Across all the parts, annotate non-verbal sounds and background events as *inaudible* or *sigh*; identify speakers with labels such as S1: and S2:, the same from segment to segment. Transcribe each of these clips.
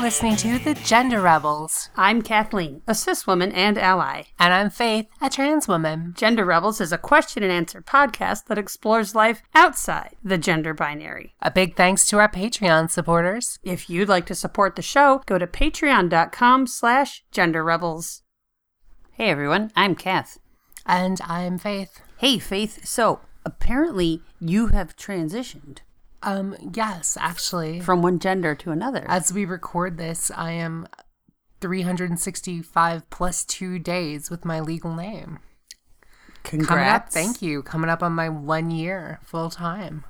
S1: listening to The Gender Rebels.
S2: I'm Kathleen, a cis woman and ally.
S1: And I'm Faith, a trans woman.
S2: Gender Rebels is a question and answer podcast that explores life outside the gender binary.
S1: A big thanks to our Patreon supporters.
S2: If you'd like to support the show, go to patreon.com slash genderrebels. Hey everyone, I'm Kath.
S1: And I'm Faith.
S2: Hey Faith, so apparently you have transitioned
S1: Um, yes, actually,
S2: from one gender to another.
S1: as we record this, I am 365 plus two days with my legal name. Coming up, thank you. Coming up on my one year full time.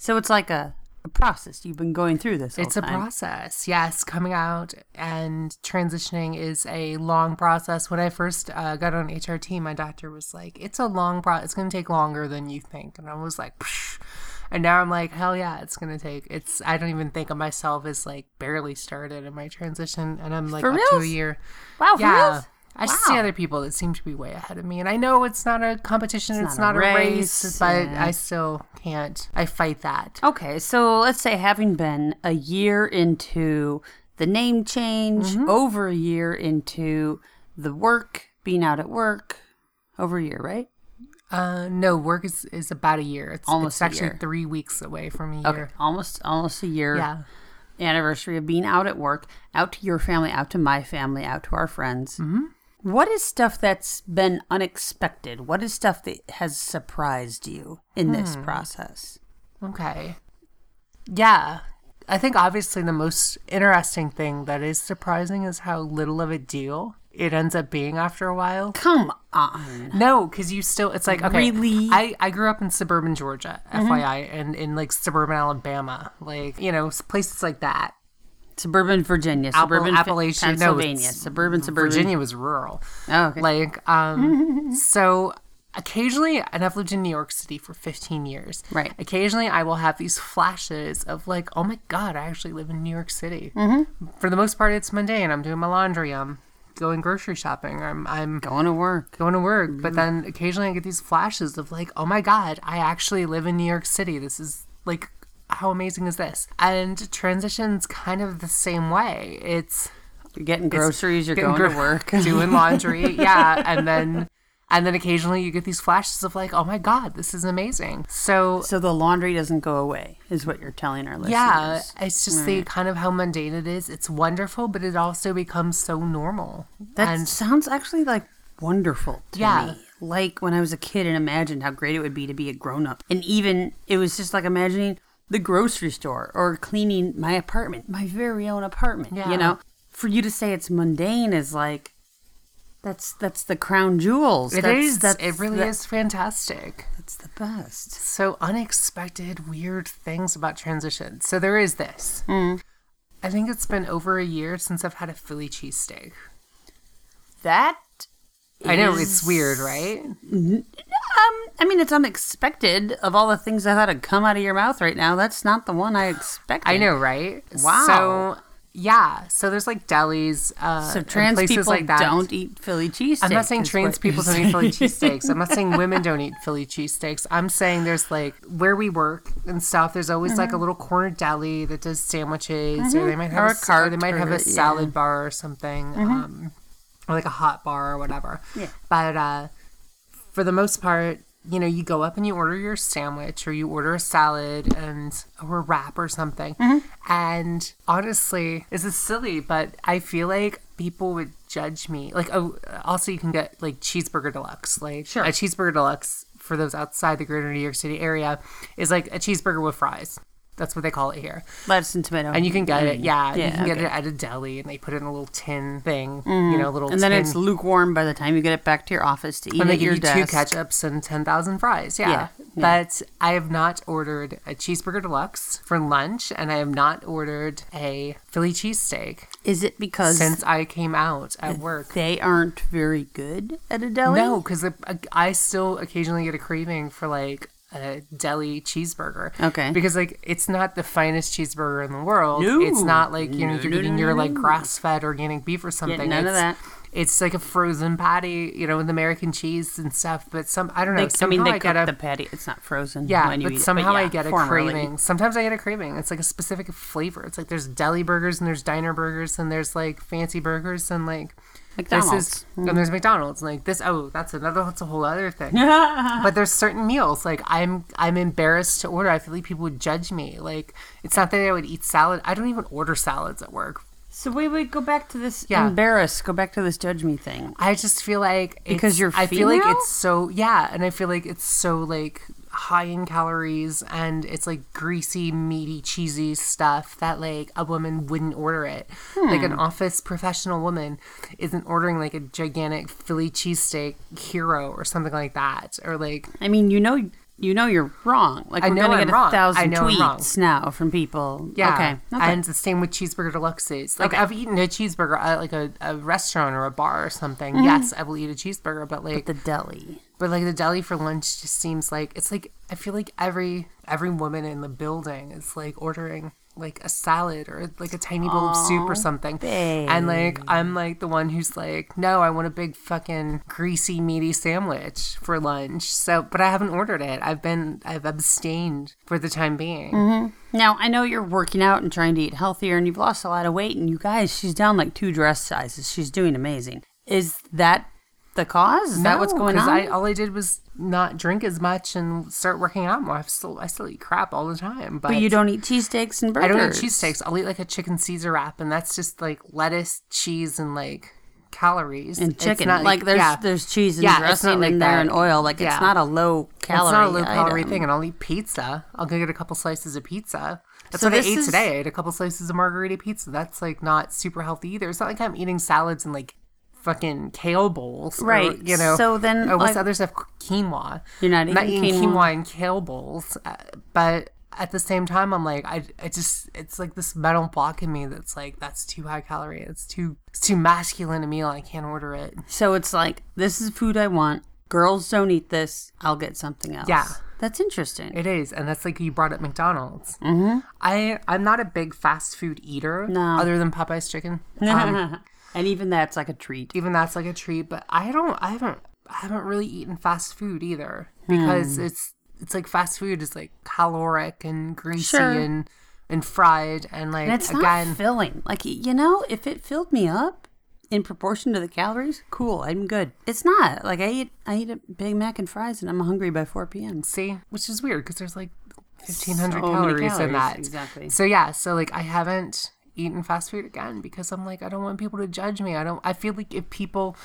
S2: So it's like a, a process. You've been going through this.
S1: It's a process. Yes, coming out and transitioning is a long process. When I first uh, got on HRT, my doctor was like, "It's a long pro. It's going to take longer than you think." And I was like, Psh. and now I'm like, "Hell yeah, it's going to take." It's I don't even think of myself as like barely started in my transition, and I'm like
S2: For
S1: up to a
S2: reals?
S1: year.
S2: Wow, for
S1: yeah.
S2: reals?
S1: I see
S2: Wow.
S1: other people that seem to be way ahead of me, and I know it's not a competition, it's, not, a race, but
S2: and-
S1: I still can't. I fight that.
S2: Okay, so let's say having been a year into the name change,
S1: Mm-hmm.
S2: over a year into the work, being out at work, over a year, right?
S1: Uh, no, work is, is about a year. It's
S2: Almost
S1: it's
S2: a
S1: actually
S2: year.
S1: three weeks away from a
S2: Okay,
S1: year.
S2: almost almost a year
S1: Yeah.
S2: anniversary of being out at work, out to your family, out to my family, out to our friends. Mm-hmm. is stuff that's been unexpected? What is stuff that has surprised you in
S1: Hmm.
S2: this process?
S1: Okay. Yeah. I think obviously the most interesting thing that is surprising is how little of a deal it ends up being after a while.
S2: Come on.
S1: No, because you still, it's like, okay.
S2: Really? Mm-hmm.
S1: I, I grew up in suburban Georgia, FYI, and in like suburban Alabama, like, you know, s- places like that.
S2: Suburban Virginia,
S1: Appal-
S2: suburban Fi-
S1: Appalachia, no, it's
S2: Pennsylvania, suburban, suburban
S1: Virginia was rural.
S2: Oh, okay.
S1: Like,
S2: *laughs*
S1: um, so occasionally, and I've lived in New York City for 15 years.
S2: Right.
S1: Occasionally, I will have these flashes of like, oh my God, I actually live in New York City. Mm-hmm. For the most part, it's mundane. I'm doing my laundry. I'm going grocery shopping. I'm, I'm
S2: Going to work.
S1: going to work. But
S2: Mm-hmm.
S1: then occasionally, I get these flashes of like, oh my God, I actually live in New York City. This is like, how amazing is this? And transitions kind of the same way. It's,
S2: You're getting groceries. You're
S1: getting
S2: going to
S1: gro-
S2: *laughs* work.
S1: doing laundry. yeah, and then and then occasionally you get these flashes of like, oh my god, this is amazing. So
S2: So the laundry doesn't go away, is what you're telling our listeners.
S1: yeah, it's just the kind of how mundane it is. It's wonderful, but it also becomes so normal.
S2: That
S1: and
S2: sounds actually like wonderful to
S1: Yeah.
S2: me. Like when I was a kid and imagined how great it would be to be a grown up. And even it was just like imagining the grocery store or cleaning my apartment, my very own apartment.
S1: Yeah.
S2: You know? For you to say it's mundane is like that's that's the crown jewels.
S1: it
S2: that's,
S1: is.
S2: That's,
S1: it really
S2: that-
S1: is fantastic.
S2: That's the best.
S1: So unexpected, weird things about transition. So there is this. I think it's been over a year since I've had a Philly cheesesteak.
S2: That
S1: I know
S2: is-
S1: it's weird, right?
S2: Um, I mean, it's unexpected. Of all the things I thought had come out of your mouth right now, that's not the one I expected.
S1: I know, right?
S2: Wow.
S1: So yeah, so there's like delis, uh,
S2: So
S1: and
S2: trans
S1: places
S2: people
S1: like that.
S2: don't eat Philly cheesesteak.
S1: I'm not saying
S2: is
S1: trans
S2: what you're
S1: people don't
S2: saying.
S1: eat Philly cheesesteaks. I'm not saying women don't eat Philly cheesesteaks. I'm saying there's like where we work and stuff. There's always like a little corner deli that does sandwiches, or they might have
S2: Mm-hmm. Or a
S1: a, cart, they
S2: cart
S1: might have
S2: or- Mm-hmm.
S1: a salad bar or something, um, or like a hot bar or whatever.
S2: Yeah.
S1: But uh, for the most part, you know, you go up and you order your sandwich or you order a salad and or a wrap or something.
S2: Mm-hmm.
S1: And honestly, this is silly, but I feel like people would judge me. Like, oh, also you can get like cheeseburger deluxe. Like
S2: Sure.
S1: a cheeseburger deluxe for those outside the greater New York City area is like a cheeseburger with fries. That's what they call it here.
S2: *laughs* lettuce and tomato, Mm.
S1: And you can get it, yeah. you
S2: yeah,
S1: can get
S2: okay. Mm-hmm.
S1: it at a deli, and they put it in a little tin thing, you know, a little.
S2: and then
S1: tin
S2: it's lukewarm by the time you get it back to your office to eat
S1: and they
S2: at your
S1: give you
S2: desk.
S1: two ketchups and 10,000 fries. Yeah.
S2: Yeah,
S1: But I have not ordered a cheeseburger deluxe for lunch, and I have not ordered a Philly cheesesteak
S2: Is it because
S1: since I came out at work.
S2: they aren't very good at a deli?
S1: No, because I still occasionally get a craving for like a deli cheeseburger.
S2: Okay.
S1: Because like it's not the finest cheeseburger in the world.
S2: No.
S1: It's not like you know
S2: No,
S1: you're
S2: no,
S1: eating
S2: no,
S1: your
S2: no,
S1: like
S2: no.
S1: grass fed organic beef or something.
S2: none of
S1: It's-
S2: that.
S1: it's like a frozen patty, you know, with American cheese and stuff. But some I don't know.
S2: They, I mean,
S1: somehow
S2: they
S1: I
S2: cook
S1: get a
S2: the patty. It's not frozen.
S1: yeah,
S2: when you
S1: but
S2: eat it,
S1: somehow I
S2: yeah,
S1: get a
S2: formerly.
S1: craving. Sometimes I get a craving. It's like a specific flavor. It's like there's deli burgers and there's diner burgers and there's like fancy burgers and like this
S2: McDonald's.
S1: is and there's McDonald's and like this. Oh, that's another. That's a whole other thing. but there's certain meals like I'm I'm embarrassed to order. I feel like people would judge me. Like it's not that I would eat salad. I don't even order salads at work.
S2: *laughs* So we would go back to this
S1: Yeah.
S2: embarrass, go back to this judge me thing.
S1: I just feel like it's-
S2: Because you're
S1: I feel like
S2: female?
S1: it's so yeah, and I feel like it's so like high in calories and it's like greasy, meaty, cheesy stuff that like a woman wouldn't order it. Like an
S2: Hmm.
S1: office professional woman isn't ordering like a gigantic Philly cheesesteak hero or something like that, or like
S2: I mean, you know, you know, you're wrong. Like
S1: I
S2: we're
S1: know
S2: gonna
S1: I'm
S2: get
S1: wrong. I
S2: a thousand
S1: know I'm wrong.
S2: tweets now from people.
S1: Yeah.
S2: Okay. Okay.
S1: And the same with cheeseburger deluxes. Like
S2: Okay.
S1: I've eaten a cheeseburger at like a, a restaurant or a bar or something.
S2: Mm-hmm.
S1: Yes, I will eat a cheeseburger, but like
S2: the deli.
S1: but like the deli for lunch just seems like it's like I feel like every every woman in the building is like ordering like a salad or like a tiny bowl of soup or something. And like I'm like the one who's like, "No, I want a big fucking greasy meaty sandwich for lunch." So, but I haven't ordered it. I've been I've abstained for the time being.
S2: Now I know you're working out and trying to eat healthier, and you've lost a lot of weight. And you guys, she's down like two dress sizes. She's doing amazing. Is that the cause? Is that what's
S1: No,
S2: going
S1: 'cause
S2: on?
S1: I, all I did was not drink as much and start working out more. I still I still eat crap all the time, but,
S2: but you don't eat cheesesteaks and
S1: I
S2: burgers.
S1: don't eat cheesesteaks. I'll eat like a chicken Caesar wrap, and that's just like lettuce, cheese, and like calories
S2: and
S1: It's
S2: chicken.
S1: not
S2: like there's
S1: yeah.
S2: there's cheese and
S1: Yeah, it's not
S2: dressing
S1: like
S2: in there
S1: that.
S2: and oil. Like
S1: Yeah.
S2: it's not a low calorie.
S1: it's not a low calorie
S2: item.
S1: thing, and I'll eat pizza. I'll go get a couple slices of pizza. That's
S2: So
S1: what I
S2: this
S1: ate
S2: is-
S1: today. I ate a couple slices of margarita pizza. That's like not super healthy either. It's not like I'm eating salads and like fucking kale bowls, or,
S2: Right.
S1: you know.
S2: So then,
S1: or what's
S2: like-
S1: the other stuff? Quinoa.
S2: You're not
S1: I'm not
S2: eating
S1: eating quinoa.
S2: quinoa.
S1: and kale bowls, uh, but at the same time, I'm like, I, I just, it's like this metal block in me that's like, that's too high calorie. It's too, it's too masculine a meal. I can't order it.
S2: So it's like this is food I want. Girls don't eat this. I'll get something else.
S1: Yeah.
S2: that's interesting.
S1: It is, and that's like you brought up McDonald's. Mm-hmm. I I'm not a big fast food eater,
S2: No.
S1: other than Popeye's
S2: *laughs*
S1: chicken. Um,
S2: and even that's like a treat.
S1: even that's like a treat, but I don't. I haven't. I haven't really eaten fast food either
S2: Hmm.
S1: because it's it's like fast food is like caloric and greasy
S2: Sure.
S1: and and fried and like
S2: And it's
S1: again.
S2: not filling. Like y- you know, if it filled me up in proportion to the calories, cool. I'm good. It's not like I eat. I eat a Big Mac and fries, and I'm hungry by 4 p.m.
S1: See, which is weird because there's like 1500
S2: So many
S1: calories, in
S2: calories,
S1: that.
S2: exactly.
S1: So yeah, so like I haven't eaten fast food again because I'm like I don't want people to judge me. I don't I feel like if people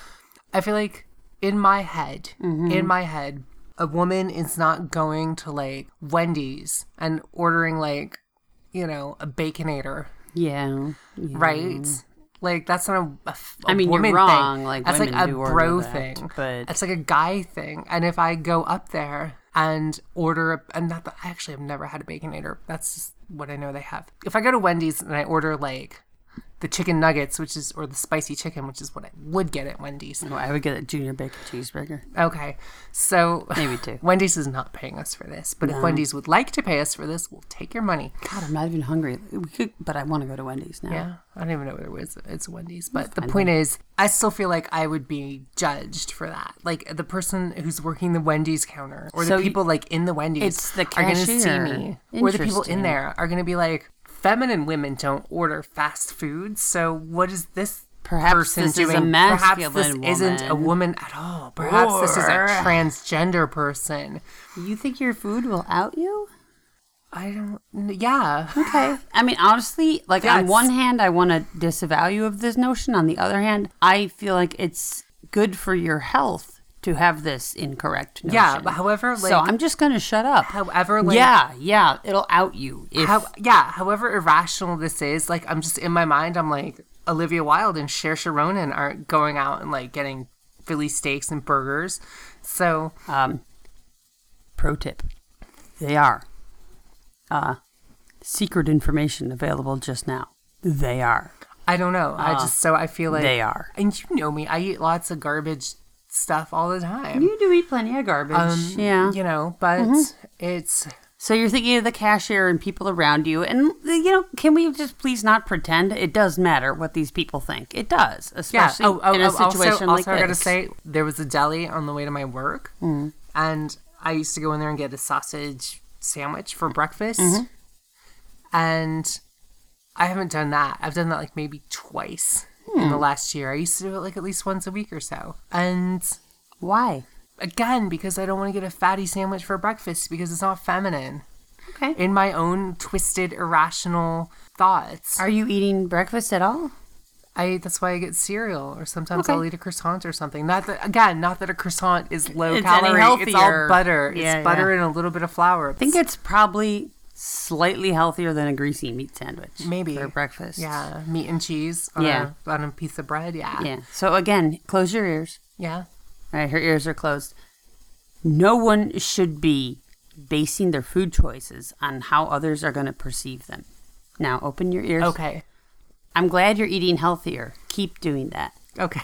S1: I feel like in my head,
S2: Mm-hmm.
S1: in my head, a woman is not going to like Wendy's and ordering like, you know, a baconator,
S2: Yeah. yeah.
S1: right? Like that's not a, a f- a
S2: Mm. I mean, you're
S1: woman thing.
S2: wrong, like,
S1: that's like
S2: women
S1: a
S2: do order
S1: bro
S2: that,
S1: thing.
S2: but-
S1: that's like a guy thing. And if I go up there and order, a, and not that I actually have never had a baconator. That's just what I know they have. If I go to Wendy's and I order like the chicken nuggets, which is or the spicy chicken, which is what I would get at Wendy's.
S2: Well, I would get a junior bacon cheeseburger.
S1: Okay, so
S2: Maybe two.
S1: Wendy's is not paying us for this, but if Wendy's would like to pay us for this, we'll take your money.
S2: God, I'm not even hungry. We could, but I want to go to Wendy's now.
S1: Yeah, I don't even know whether it was it's Wendy's, but the point is, I still feel like I would be judged for that. Like the person who's working the Wendy's counter, or the
S2: So you-
S1: people like in the Wendy's,
S2: It's the
S1: are gonna see
S2: cashier.
S1: me, or the people in
S2: Interesting.
S1: there are going to be like, feminine women don't order fast food, so what is this?
S2: Perhaps
S1: person
S2: this is a
S1: doing? Perhaps this
S2: masculine
S1: isn't a woman at all. Perhaps this is
S2: Or-
S1: a transgender person.
S2: You think your food will out you?
S1: I don't. Yeah.
S2: Okay. I mean, honestly, like on
S1: Yes.
S2: one hand, I want to disavow you of this notion. On the other hand, I feel like it's good for your health to have this incorrect notion.
S1: Yeah, but however,
S2: so
S1: like-
S2: I'm just gonna shut up.
S1: However, like,
S2: yeah, yeah, it'll out you if
S1: How, yeah, however irrational this is, like I'm just in my mind, I'm like Olivia Wilde and Cher Sharonan aren't going out and like getting Philly steaks and burgers. So
S2: Um, pro tip. They are. Uh, secret information available just now. They are.
S1: I don't know. I just so I feel like
S2: Ah, they are.
S1: and you know me, I eat lots of garbage stuff all the time. Um,
S2: You do eat plenty of garbage. yeah. Mm-hmm.
S1: you know, but it's
S2: So you're thinking of the cashier and people around you. And, you know, can we just please not pretend? It does matter what these people think. It does,
S1: Yeah.
S2: especially
S1: Oh, oh,
S2: in a
S1: oh, also-
S2: situation
S1: also,
S2: like
S1: I gotta
S2: this. Mm.
S1: say, there was a deli on the way to my work, and I used to go in there and get a sausage sandwich for breakfast.
S2: Mm-hmm.
S1: And I haven't done that. I've done that like maybe twice in
S2: Hmm.
S1: the last year. I used to do it like at least once a week or so. And
S2: Why?
S1: again, because I don't want to get a fatty sandwich for breakfast because it's not feminine.
S2: Okay.
S1: In my own twisted, irrational thoughts,
S2: Are you eating breakfast at all?
S1: I that's why I get cereal, or sometimes
S2: Okay.
S1: I'll eat a croissant or something. Not that again, not that a croissant is low
S2: It's any
S1: calorie. It's all
S2: healthier.
S1: butter.
S2: Yeah, yeah.
S1: it's butter and a little bit of flour.
S2: I think it's probably slightly healthier than a greasy meat sandwich.
S1: Maybe.
S2: For breakfast.
S1: yeah, meat and cheese. On
S2: Yeah.
S1: a, on a piece of bread. Yeah, yeah.
S2: Yeah. So again, close your ears. All right, her ears are closed. No one should be basing their food choices on how others are going to perceive them. Now, open your ears.
S1: Okay,
S2: I'm glad you're eating healthier. Keep doing that.
S1: *laughs* okay.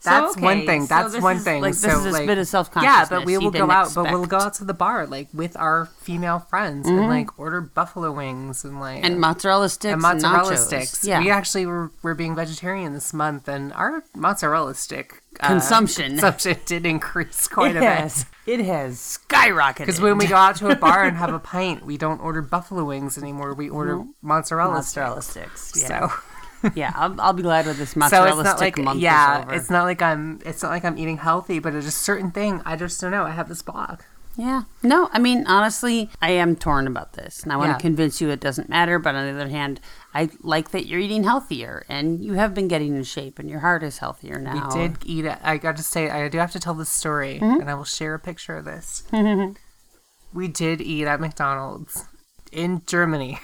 S2: So,
S1: That's
S2: okay,
S1: one thing.
S2: so
S1: That's
S2: this
S1: one
S2: is,
S1: thing.
S2: like, this
S1: so,
S2: is a
S1: like,
S2: bit
S1: Yeah,
S2: of
S1: but
S2: self-consciousness
S1: we
S2: you
S1: will go
S2: didn't
S1: out. But we'll
S2: expect. Mm-hmm.
S1: go out to the bar, like with our female friends, and like order buffalo wings and like
S2: And mozzarella sticks.
S1: and mozzarella
S2: nachos.
S1: sticks.
S2: Yeah.
S1: We actually were, were being vegetarian this month, and our mozzarella stick uh,
S2: Consumption.
S1: consumption *laughs* did increase quite
S2: it
S1: a bit.
S2: has. It has skyrocketed.
S1: Because when we go out to a bar and have a pint, we don't order buffalo wings anymore. We order mozzarella,
S2: mozzarella
S1: sticks. *laughs* So,
S2: sticks. Yeah. *laughs* yeah. I'll, I'll be glad when this
S1: so
S2: mozzarella
S1: it's not
S2: stick
S1: like
S2: month is
S1: yeah,
S2: over.
S1: it's not like I'm it's not like I'm eating healthy, but it's a certain thing. I just don't know. I have this block.
S2: Yeah. No, I mean, honestly, I am torn about this. And I want
S1: Yeah.
S2: to convince you it doesn't matter. But on the other hand, I like that you're eating healthier and you have been getting in shape and your heart is healthier now.
S1: I did eat it. I got to say, I do have to tell this story, and I will share a picture of *laughs* this. we did eat at McDonald's in *laughs* Germany,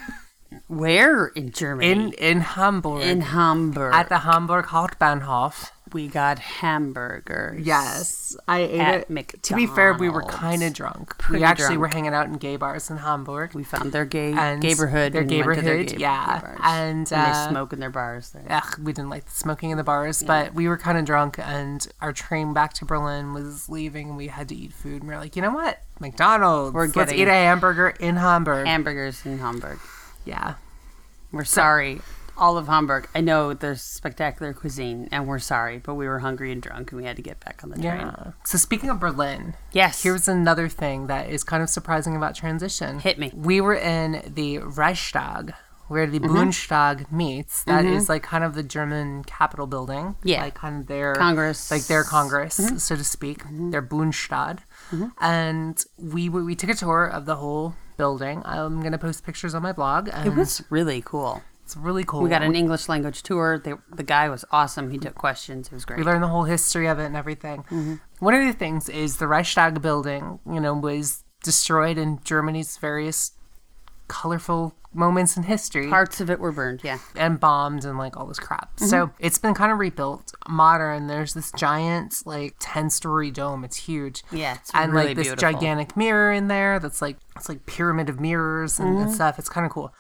S2: Where in Germany?
S1: in in Hamburg,
S2: In Hamburg.
S1: at the Hamburg Hauptbahnhof.
S2: we got hamburgers.
S1: Yes, I ate
S2: At
S1: it. To be fair, we were
S2: McDonald's.
S1: kind of drunk.
S2: Pretty
S1: we actually
S2: drunk.
S1: were hanging out in gay bars in Hamburg.
S2: We found their gay
S1: And
S2: neighborhood.
S1: their
S2: and went to their
S1: gayborhood,
S2: gay-
S1: yeah.
S2: gay bars.
S1: And,
S2: they
S1: uh,
S2: smoke in their bars there.
S1: Ugh, we didn't like the smoking in the bars, but we were kind of drunk, and our train back to Berlin was leaving, and we had to eat food. And we were like, you know what, McDonald's.
S2: We're
S1: Let's
S2: getting-
S1: eat a hamburger in Hamburg.
S2: Hamburgers in Hamburg.
S1: yeah,
S2: We're sorry. All of Hamburg. I know there's spectacular cuisine, and we're sorry, but we were hungry and drunk, and we had to get back on the train.
S1: yeah. So speaking of Berlin,
S2: Yes.
S1: Here's another thing that is kind of surprising about transition.
S2: Hit me.
S1: We were in the Reichstag, where the
S2: Mm-hmm.
S1: Bundestag meets. That is like kind of the German capital building.
S2: Yeah.
S1: Like kind of their
S2: Congress. Mm-hmm.
S1: Like their Congress, so to speak, their Bundestag. And we we we took a tour of the whole building. I'm going to post pictures on my blog. And
S2: it was really cool.
S1: it's really cool.
S2: We got an English language tour. They, the guy was awesome. He took questions. It was
S1: We
S2: great.
S1: learned the whole history of it and everything. One of the things is the Reichstag building, you know, was destroyed in Germany's various colorful moments in history
S2: Parts of it were burned. Yeah.
S1: and bombed and like all this crap.
S2: Mm-hmm.
S1: So it's been kind of rebuilt, modern. There's this giant, like 10 story dome. It's huge.
S2: Yeah, it's
S1: and
S2: really
S1: like this
S2: beautiful.
S1: gigantic mirror in there that's like, it's like pyramid of mirrors and,
S2: Mm-hmm.
S1: and stuff. It's kind of cool.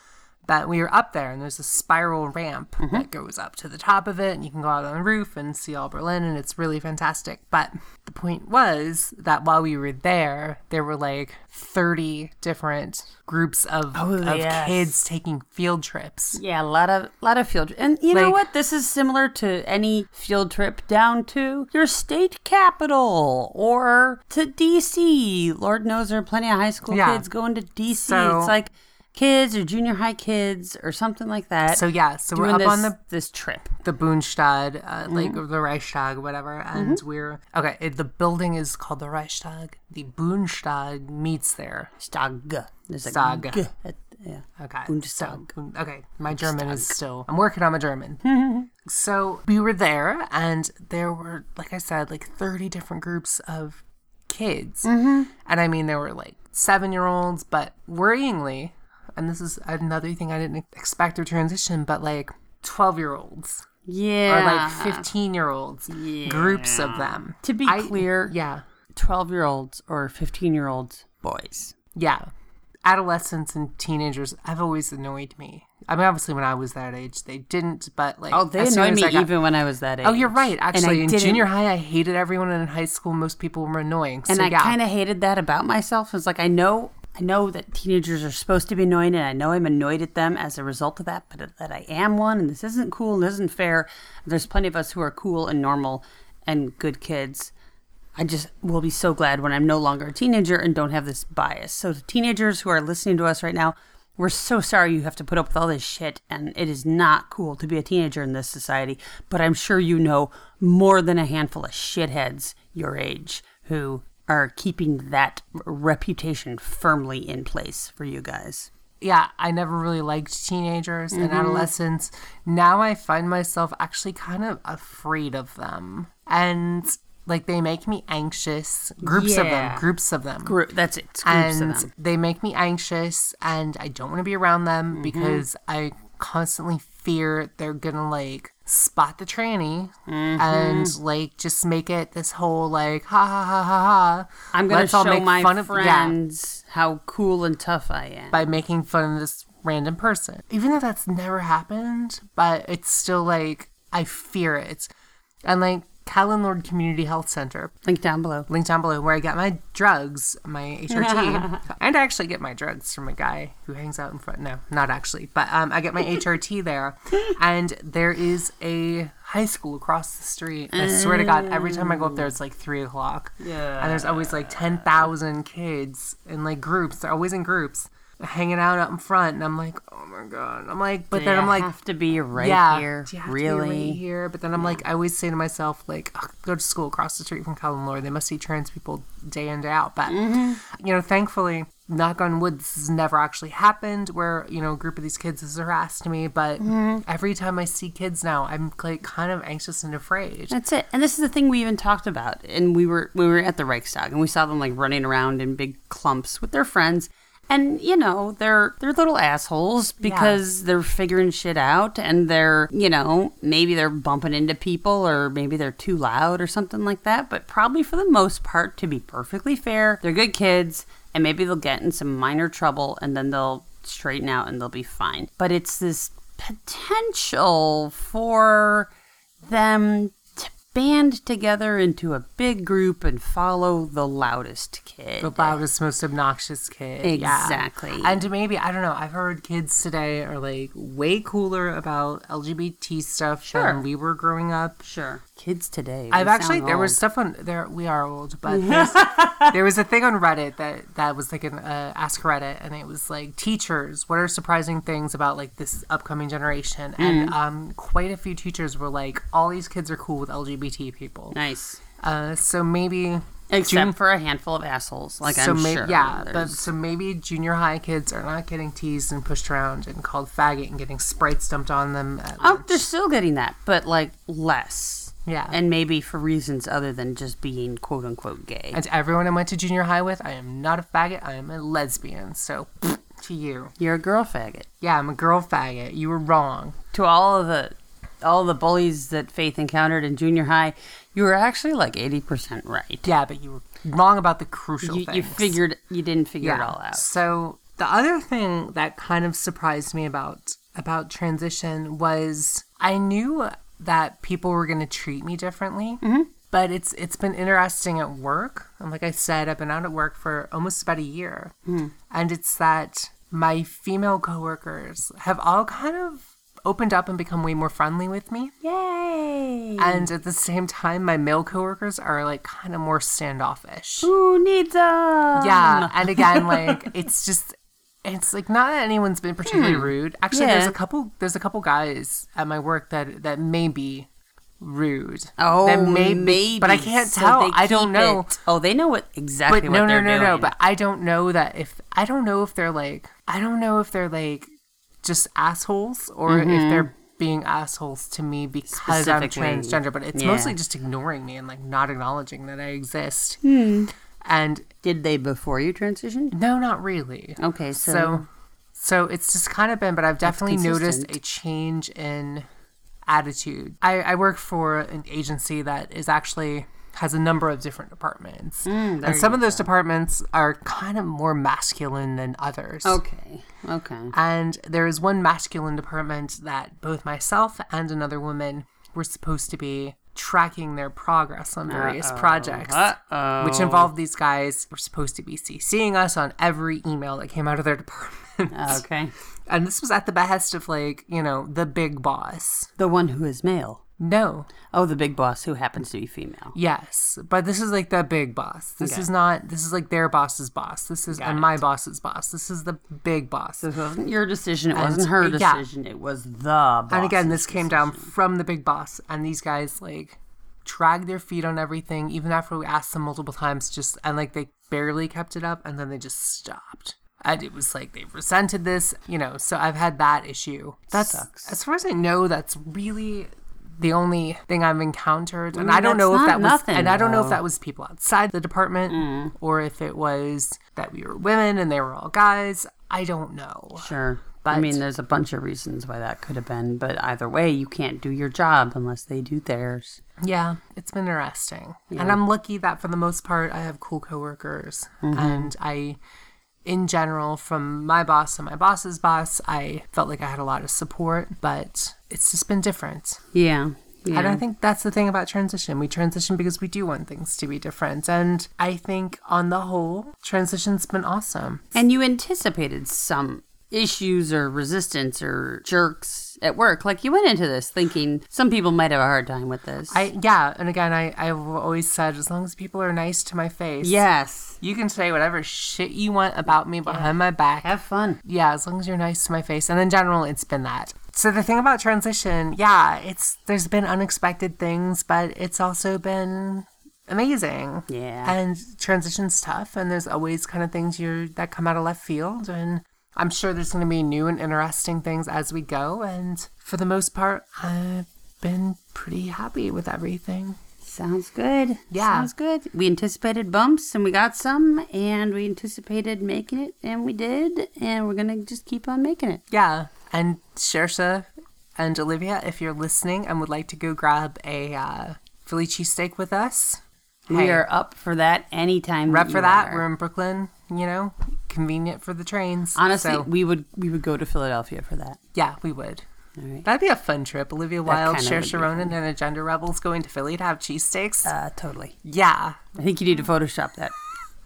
S1: But we were up there and there's a spiral ramp
S2: Mm-hmm.
S1: that goes up to the top of it and you can go out on the roof and see all Berlin and it's really fantastic. But the point was that while we were there, there were like 30 different groups of, of
S2: Oh, yes.
S1: kids taking field trips.
S2: Yeah, a lot of lot of field. And you know
S1: Like-
S2: what? This is similar to any field trip down to your state capital or to DC. Lord knows there are plenty of high school
S1: Yeah.
S2: kids going to DC.
S1: So-
S2: it's like kids or junior high kids or something like that.
S1: So yeah, so we're
S2: doing
S1: up
S2: this, Mm-hmm.
S1: on the
S2: this trip.
S1: the Bundestag, uh, like or the Reichstag, whatever, and
S2: Mm-hmm.
S1: we're okay. It, the building is called the Reichstag. The Bundestag meets there.
S2: Stag. There's a
S1: Stag.
S2: G at- yeah.
S1: Okay,
S2: Bundestag.
S1: So, Bund- okay, my German is still. I'm working on my German.
S2: *laughs*
S1: so we were there, and there were, like I said, like 30 different groups of kids,
S2: Mm-hmm.
S1: and I mean there were like seven year olds, but worryingly, and this is another thing I didn't expect or transition, but like 12 year olds.
S2: Yeah.
S1: or like 15 year olds groups of them
S2: to be
S1: I-
S2: clear,
S1: yeah
S2: 12 year olds or 15 year olds boys.
S1: yeah adolescents and teenagers have always annoyed me i mean obviously when i was that age they didn't but like
S2: Oh, they
S1: as soon
S2: annoyed
S1: as
S2: me
S1: I got-
S2: even when I was that age.
S1: oh you're right
S2: And I
S1: actually in
S2: didn't-
S1: junior high i hated everyone and in high school most people were annoying so
S2: And I
S1: yeah
S2: kind of hated that about myself. It's like I know I know that teenagers are supposed to be annoying, and I know I'm annoyed at them as a result of that, but that I am one, and this isn't cool and this isn't fair. There's plenty of us who are cool and normal and good kids. I just will be so glad when I'm no longer a teenager and don't have this bias. So, to teenagers who are listening to us right now, we're so sorry you have to put up with all this shit, and it is not cool to be a teenager in this society. But I'm sure you know more than a handful of shitheads your age who are keeping that reputation firmly in place for you guys.
S1: yeah, I never really liked teenagers
S2: Mm-hmm.
S1: and adolescents. Now I find myself actually kind of afraid of them. And like they make me anxious. Groups of them,
S2: Yeah.
S1: groups of them.
S2: Group, that's it. It's groups
S1: and
S2: of them.
S1: they make me anxious and I don't want to be around them
S2: Mm-hmm.
S1: because I constantly fear they're going to like spot the tranny and
S2: Mm-hmm.
S1: like just make it this whole like ha ha ha ha ha
S2: I'm gonna
S1: let's
S2: show
S1: all make
S2: my
S1: fun of- yeah.
S2: friends how cool and tough I am.
S1: by making fun of this random person. Even though that's never happened, but it's still like I fear it. And like Callan Lord Community Health Center,
S2: Link down below.
S1: link down below where I got my drugs, my
S2: *laughs*
S1: HRT, and I actually get my drugs from a guy who hangs out in front. No, not actually, but um, I get my HRT there, and there is a high school across the street. And I swear to God, every time I go up there, it's like three o'clock. Yeah, and there's always like ten thousand kids in like groups. They're always in groups. Hanging out up in front, and I'm like, oh my god. I'm like, but then I'm like,
S2: have to be right here.
S1: do you have to be
S2: really?
S1: right here. But then I'm like, I always say to myself, like, "Ugh, go to school across the street from Callan Lord. They must see trans people day in day out. But
S2: Mm-hmm.
S1: you know, thankfully, knock on wood, this has never actually happened. Where you know, a group of these kids has harassed me. But
S2: Mm-hmm.
S1: every time I see kids now, I'm like kind of anxious and afraid.
S2: That's it. And this is the thing we even talked about. And we were we were at the Reichstag and we saw them like running around in big clumps with their friends. And you know, they're they're little assholes because they're figuring shit out and they're, you know, maybe they're bumping into people or maybe they're too loud or something like that, but probably for the most part to be perfectly fair, they're good kids and maybe they'll get in some minor trouble and then they'll straighten out and they'll be fine. But it's this potential for them to band together into a big group and follow the loudest kid.
S1: The loudest, most obnoxious kid. yeah.
S2: Exactly.
S1: And maybe, I don't know, I've heard kids today are like way cooler about LGBT stuff than we were growing up.
S2: Sure. Kids today.
S1: I've
S2: we
S1: actually
S2: sound
S1: there was
S2: old. Mm-hmm.
S1: stuff on there. We are old, but there's-
S2: *laughs*
S1: there was a thing on Reddit that that was like an uh, Ask Reddit, and it was like teachers. What are surprising things about like this upcoming generation? And
S2: Mm.
S1: um, quite a few teachers were like, all these kids are cool with LGBT people.
S2: nice.
S1: Uh, so maybe
S2: Except for a handful of assholes, like
S1: so
S2: I'm
S1: may-
S2: sure.
S1: yeah, but
S2: there's-
S1: so maybe junior high kids are not getting teased and pushed around and called faggot and getting sprites dumped on them. at
S2: oh, they're still getting that, but like less.
S1: Yeah.
S2: and maybe for reasons other than just being quote unquote gay.
S1: And to everyone I went to junior high with, I am not a faggot. I am a lesbian. So to you,
S2: You're a girl faggot.
S1: yeah, I'm a girl faggot. You were wrong.
S2: to all of the all the bullies that Faith encountered in junior high, you were actually like eighty percent right.
S1: Yeah, but you were wrong about the crucial
S2: You,
S1: thing.
S2: you figured you didn't figure it
S1: Yeah.
S2: all out.
S1: So the other thing that kind of surprised me about about transition was I knew that people were going to treat me differently.
S2: Mm-hmm.
S1: But it's it's been interesting at work, and like I said, I've been out at work for almost about a year,
S2: Hmm.
S1: and it's that my female coworkers have all kind of opened up and become way more friendly with me.
S2: Yay!
S1: And at the same time, my male coworkers are like kind of more standoffish.
S2: Who needs them?
S1: Yeah, and
S2: *laughs*
S1: again, like it's just it's like not that anyone's been particularly rude. Actually, there's
S2: Hmm. Yeah.
S1: a couple there's a couple guys at my work that that may be rude.
S2: Oh,
S1: that may
S2: maybe,
S1: be- but I can't
S2: So
S1: tell.
S2: they
S1: I don't
S2: keep
S1: know.
S2: it. Oh, they know what exactly
S1: But
S2: what
S1: no, no,
S2: they're
S1: no,
S2: doing.
S1: no. But I don't know that if I don't know if they're like I don't know if they're like just assholes or if they're being assholes to me because I'm
S2: Mm-hmm. Specifically.
S1: transgender. But it's
S2: Yeah.
S1: mostly just ignoring me and like not acknowledging that I exist.
S2: Hmm.
S1: And
S2: did they before you transitioned?
S1: no, not really.
S2: Okay, so,
S1: So, so it's just kind of been, but I've definitely noticed a change in attitude. I, I work for an agency that is actually has a number of different departments,
S2: Mm,
S1: and some of those departments are kind of more masculine than others.
S2: okay, okay.
S1: And there is one masculine department that both myself and another woman were supposed to be tracking their progress on various projects,
S2: Uh-oh.
S1: which involved these guys were supposed to be CCing us on every email that came out of their department.
S2: Okay.
S1: *laughs* and this was at the behest of, like, you know, the big boss.
S2: The one who is male.
S1: No.
S2: Oh, the big boss who happens to be female.
S1: Yes. But this is like the big boss. This is not, this is like their boss's boss. This is, and my boss's boss. This is the big boss.
S2: This wasn't your decision. It wasn't her
S1: yeah.
S2: decision. It was the boss.
S1: And again, this came down from the big boss, and these guys like dragged their feet on everything, even after we asked them multiple times. Just and like they barely kept it up, and then they just stopped. And it was like they resented this, you know. So I've had that issue. That's
S2: Sucks.
S1: as far as I know. That's really the only thing I've encountered, and I don't know
S2: that's
S1: if
S2: not
S1: that was,
S2: nothing,
S1: and I don't know if
S2: though. Mm.
S1: that was people outside the department or if it was that we were women and they were all guys. I don't know.
S2: Sure. I mean, there's a bunch of reasons why that could have been, but either way, you can't do your job unless they do theirs.
S1: Yeah, it's been interesting. And I'm lucky that for the most part, I have cool coworkers. And I, in general, from my boss and my boss's boss, I felt like I had a lot of support, but it's just been different.
S2: Yeah.
S1: And I think that's the thing about transition. We transition because we do want things to be different. And I think, on the whole, transition's been awesome.
S2: And you anticipated some issues or resistance or jerks at work. Like you went into this thinking some people might have a hard time with this.
S1: I, yeah. And again, I, I've always said, as long as people are nice to my face,
S2: yes.
S1: you can say whatever shit you want about me behind my back.
S2: Have fun.
S1: yeah, as long as you're nice to my face. And in general, it's been that. So the thing about transition, yeah, it's there's been unexpected things, but it's also been amazing.
S2: Yeah.
S1: And transition's tough and there's always kind of things you're that come out of left field and I'm sure there's gonna be new and interesting things as we go and for the most part I've been pretty happy with everything.
S2: Sounds good.
S1: Yeah.
S2: Sounds good. We anticipated bumps and we got some, and we anticipated making it and we did, and we're going to just keep on making it.
S1: Yeah. And Shersha and Olivia, if you're listening and would like to go grab a uh, Philly cheesesteak with us,
S2: We
S1: Hey.
S2: are up for that anytime.
S1: Rep
S2: you
S1: for that.
S2: are.
S1: We're in Brooklyn, you know, convenient for the trains.
S2: Honestly,
S1: So,
S2: we would we would go to Philadelphia for that.
S1: yeah, we would.
S2: All right.
S1: That'd be a fun trip. Olivia Wilde,
S2: kinda
S1: Cher
S2: would be
S1: Sharonan, and Agenda Rebels going to Philly to have cheesesteaks.
S2: Uh, totally.
S1: yeah.
S2: I think you need to Photoshop that,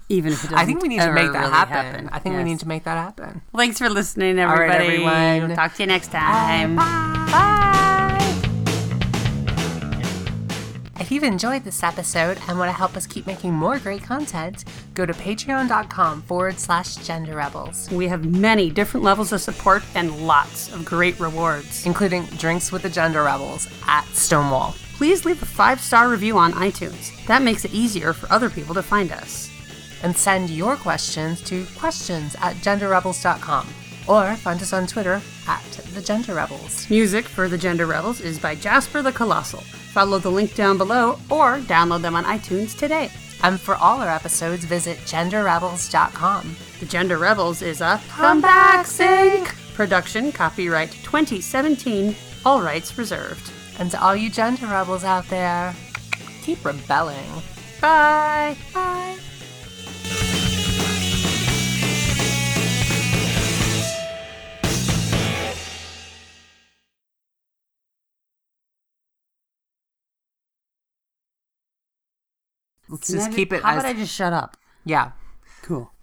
S2: even if it doesn't.
S1: I think we need to make that happen. I think we
S2: Yes.
S1: need to make that happen.
S2: Thanks for listening,
S1: right,
S2: everybody.
S1: everyone.
S2: Talk to you next time.
S1: Bye. If you've enjoyed this episode and want to help us keep making more great content, go to patreon.com forward slash gender rebels.
S2: We have many different levels of support and lots of great rewards.
S1: including drinks with the gender rebels at Stonewall.
S2: Please leave a five star review on iTunes. That makes it easier for other people to find us.
S1: And send your questions to questions at genderrebels.com or find us on Twitter at the Gender Rebels.
S2: Music for the Gender Rebels is by Jasper the Colossal. Follow the link down below or download them on iTunes today.
S1: And for all our episodes, visit genderrebels.com.
S2: The Gender Rebels is a comeback sync production copyright 2017, all rights reserved.
S1: And to all you gender rebels out there, keep rebelling.
S2: Bye!
S1: Bye. Let's just keep it
S2: How
S1: as
S2: about I just shut up?
S1: yeah.
S2: Cool.